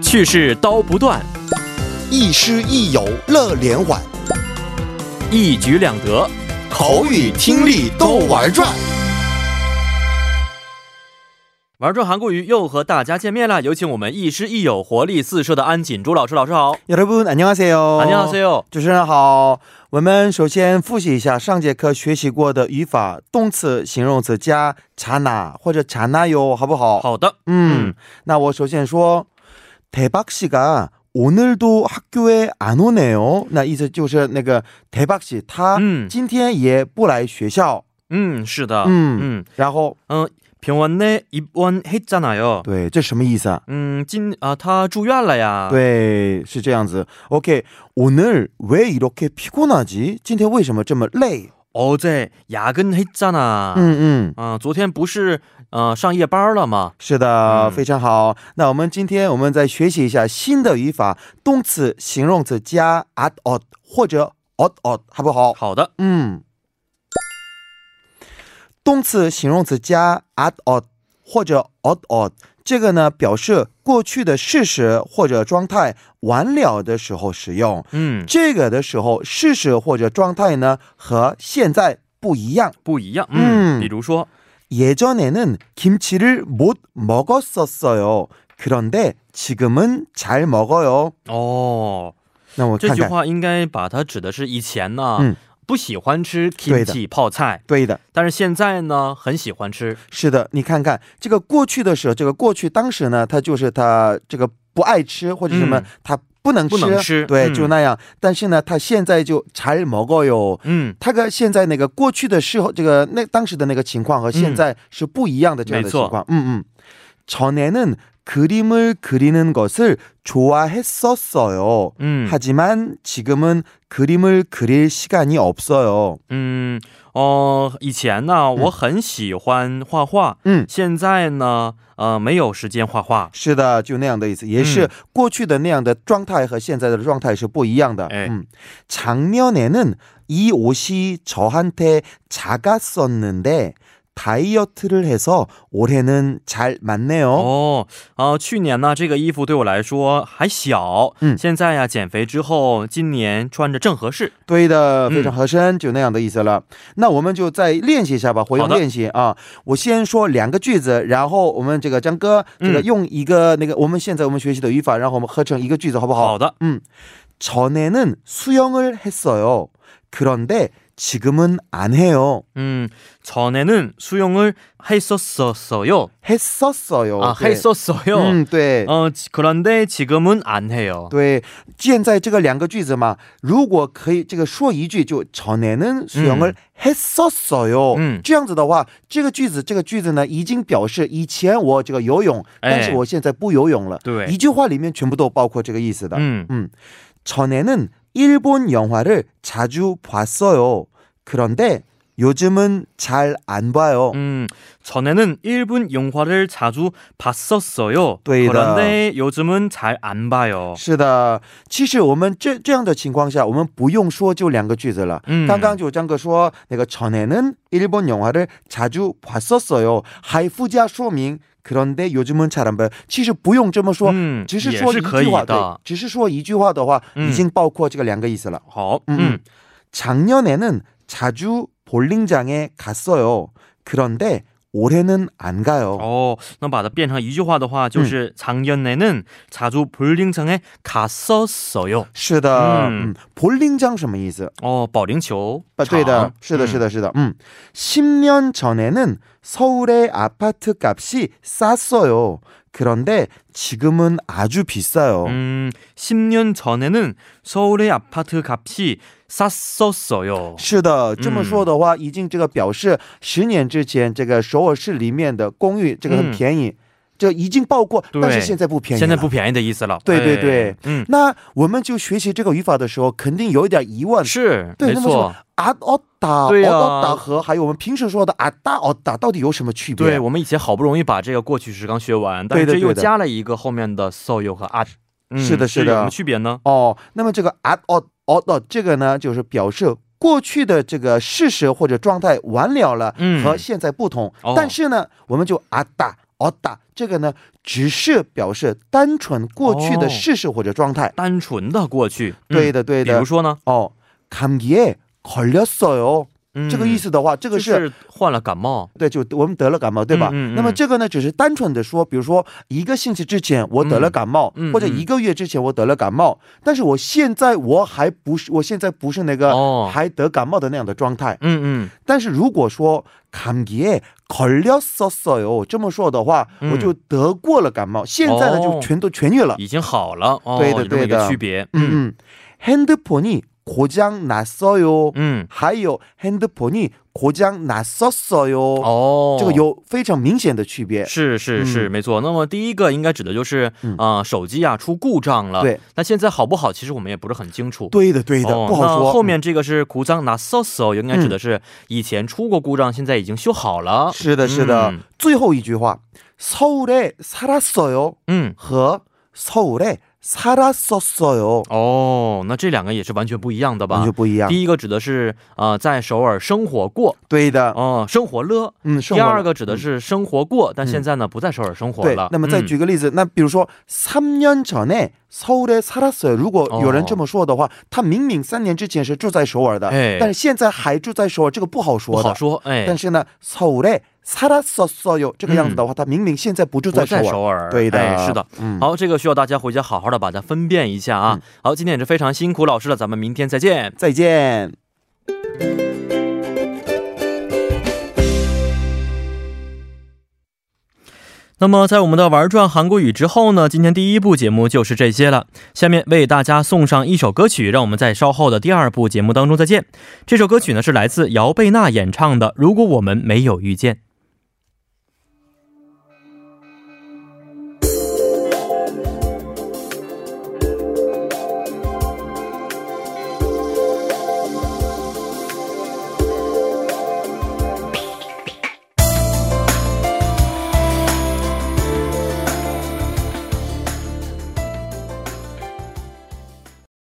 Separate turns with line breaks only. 去世刀不断，
亦师亦友乐连环，
一举两得。
口语听力都玩转。
玩转韩国语又和大家见面啦！有请我们亦师亦友、活力四射的安锦珠老师。老师好，
여러분 안녕하세요.
안녕하세요。
主持人好，我们首先复习一下上节课学习过的语法、动词、形容词加查哪或者查哪哟，好不好？。
好的， 음.
嗯，那我首先说，대박씨가오늘도학교에안오네요。那意思就是那个대박씨他
嗯
今天也不来学校。
嗯，是的，
嗯然后，
嗯嗯，平원에입원했잖아요。
对，这什么意思啊？
嗯，今啊、他住院了呀。，
对，是这样子。OK，오늘왜이렇게피곤하지？今天为什么这么累？
어제야근했잖아。
嗯嗯。
啊、昨天不是呃上夜班了吗？
是的，非常好。那我们今天我们再学习一下新的语法，动词、形容词加 at o t 或者 o t o t 好不好？
好的，
嗯，动词、形容词加 at o t 或者 o t o t 这个呢表示过去的事实或者状态完了的时候使用。
嗯，
这个的时候，事实或者状态呢和现在不一样。
不一样。嗯，
嗯
比如说，
예전에는 김치를 못 먹었었어요. 그런데 지금은 잘 먹어요.
哦，这句
那我看看。
话应该把它指的是以前呢、
嗯
不喜欢吃 k i
对
m
的
c 泡菜，但是现在呢很喜欢吃。嗯。 음。 不能吃，嗯。
对的，是的。你看看这个过去的时候，这个过去当时呢，他就是他这个不爱吃或者什么，他不能吃，对，就那样。但是呢，他现在就잘 먹어요。
嗯，
他跟现在那个过去的时候，这个那当时的那个情况和现在是不一样的这样的情况。嗯嗯，전에는그림을그리는것을좋아했었어요。
嗯
하지만 지금은 그림을 그릴 시간이 없어요.
嗯哦，以前
嗯
呢我很喜欢画画，
음.
现在呢呃没有时间画画。
是的，就那样的意思，也是过去的那样的状态和现在的状态是不一样的。
哎
嗯，작년에는이 옷이 저한테 작았었는데 다이어트를 해서 올해는 잘 맞네요.
哦，啊、去年呢，这个衣服对我来说还小，
嗯
现在呀，减肥之后，今年穿着正合适。
对的，
嗯
非常合身，就那样的意思了。那我们就再练习一下吧，活用
好的
练习啊。我先说两个句子，然后我们这个张哥，这个
嗯
用一个那个我们现在我们学习的语法，然后我们合成一个句子，好不好？
好的，
전에는 수영을 했어요. 그런데 지금은 안 해요.
음, 嗯 전에는 수영을 했었었어요.
했었어요.
아,
네.
했었어요.
음, 对.
어, 지- 그런데 지금은 안 해요.
对，现在这个两个句子嘛，如果可以，这个说一句就전에는수영
嗯
을했었어요。
嗯
这样子的话，这个句子这个句子呢，已经表示以前我这个游泳，
哎
但是我现在不游泳了。
对
一句话里面全部都包括这个意思的。
음,
음, 전에는 일본 영화를 자주 봤어요. 그런데 요즘은 잘 안 봐요.
음, 전에는 일본 영화를 자주 봤었어요.
또이다.
그런데 요즘은 잘 안 봐요.
是的，其实我们这这样的情况下，我们不用说就两个句子了。
嗯
刚刚就张哥说，那个전에는일본영화를자주봤었어요，还附加说明。그런데요즘은잘안 봐요。其实不用这么说，
嗯
只是说
也是
一
可以
句话，对
的，
只是说一句话的话，
嗯
已经包括这个两个意思了。
어,
음,
음,
음. 작년에는 자주 볼링장에 갔어요. 그런데 올해는 안 가요.
哦，那把它变成一句话的
음.
话，就是작년에는 자주 볼링장에 갔었어요.
是的，
嗯
嗯，볼링장什么意思？
어, 음. 保龄球
아,
场
对的，是的，是的，是的，嗯， 10년 전에는 서울의 아파트 값이 쌌어요. 그런데 지금은 아주 비싸요.
음, 10년 전에는 서울의 아파트 값이 쌌었어요.
是的，这么说的话，已经这个表示十年之前这个首尔市里面的公寓这个
嗯
很便宜，这已经包括，但是
对啊
现在不便宜了，
现在不便宜的意思了。
对对
哎
对
嗯，
那我们就学习这个语法的时候，肯定有一点疑问。
是
对，
没
那么说
错。
啊哦打
对呀
哦打和还有我们平时说的啊大哦打到底有什么区别？
对我们以前好不容易把这个过去式刚学完，但
对
是
的
这又
对的
加了一个后面的 so you 和 a 嗯、
是的是的
有什么区别呢？
哦，那么这个啊哦哦的这个呢，就是表示过去的这个事实或者状态完了了，
嗯
和现在不同
哦。
但是呢，我们就啊打 얻다这个呢，只是表示单纯过去
哦
的事实或者状态。
单纯的过去。
对
的，
的，对
比
的
如。说呢，
哦，감기에걸렸어요。
嗯
这个意思的话，这个、
就是是患了感冒。
对，就我们得了感冒，对吧？
嗯嗯嗯
那么这个呢，只是单纯的说，比如说一个星期之前我得了感冒，
嗯嗯
或者一个月之前我得了感冒，但是我现在我还不是，我现在不是那个
哦，
还得感冒的那样的状态。
嗯嗯，
但是如果说감기에걸렸었어요这么说的话，
嗯
我就得过了感冒，现在呢
哦
就全都痊愈了。
已经好了。哦，
对的
有这么一
对
个
的
区别。嗯
嗯嗯，핸드폰이고장났어요，
嗯，
还有핸드폰이고장났었어요。
哦，
这个有非常明显的区别。
是是是，
嗯
没错。那么第一个应该指的就是
嗯，
啊，手机啊出故障了。
对，
那现在好不好？其实我们也不是很清楚。
对的，对的，
哦
不好
那
说。
后面这个是故障拿 so so，应该指的是以前出过故障，现在已经修好了
嗯。是的，是的。
嗯
最后一句话，서울에살았어요
嗯，
和서울에살았었어요
哦，那这两个也是完全不一样的
完
吧
全？不一样。
第一个指的是啊、呃在首尔生活过，
对的，
哦、生活了。
嗯。
第二个指的
是。
是生活过，但
嗯
现在呢不在首尔生活
对
了。，
那么再举
嗯、
个例子，那比如说삼년전에서울에살았어요。如果有人这么说的话，他明明三年之前是住在首尔的，
哦哎
但是现在还住在首尔，这个不好说
不
的。
好说，哎，
但是呢，서울에살았었어요这个样子的话，他明明现在不住
嗯不
在
在
首
首
尔。
尔，
对的
哎，是的。
嗯，
好，这个需要大家回家好好的把它分辨一下啊。好，今天也是非常辛苦老师了，咱们明天再见。
再见。
那么，在我们的玩转韩国语之后呢，今天第一部节目就是这些了。下面为大家送上一首歌曲，让我们在稍后的第二部节目当中再见。这首歌曲呢是来自姚贝娜演唱的《如果我们没有遇见》。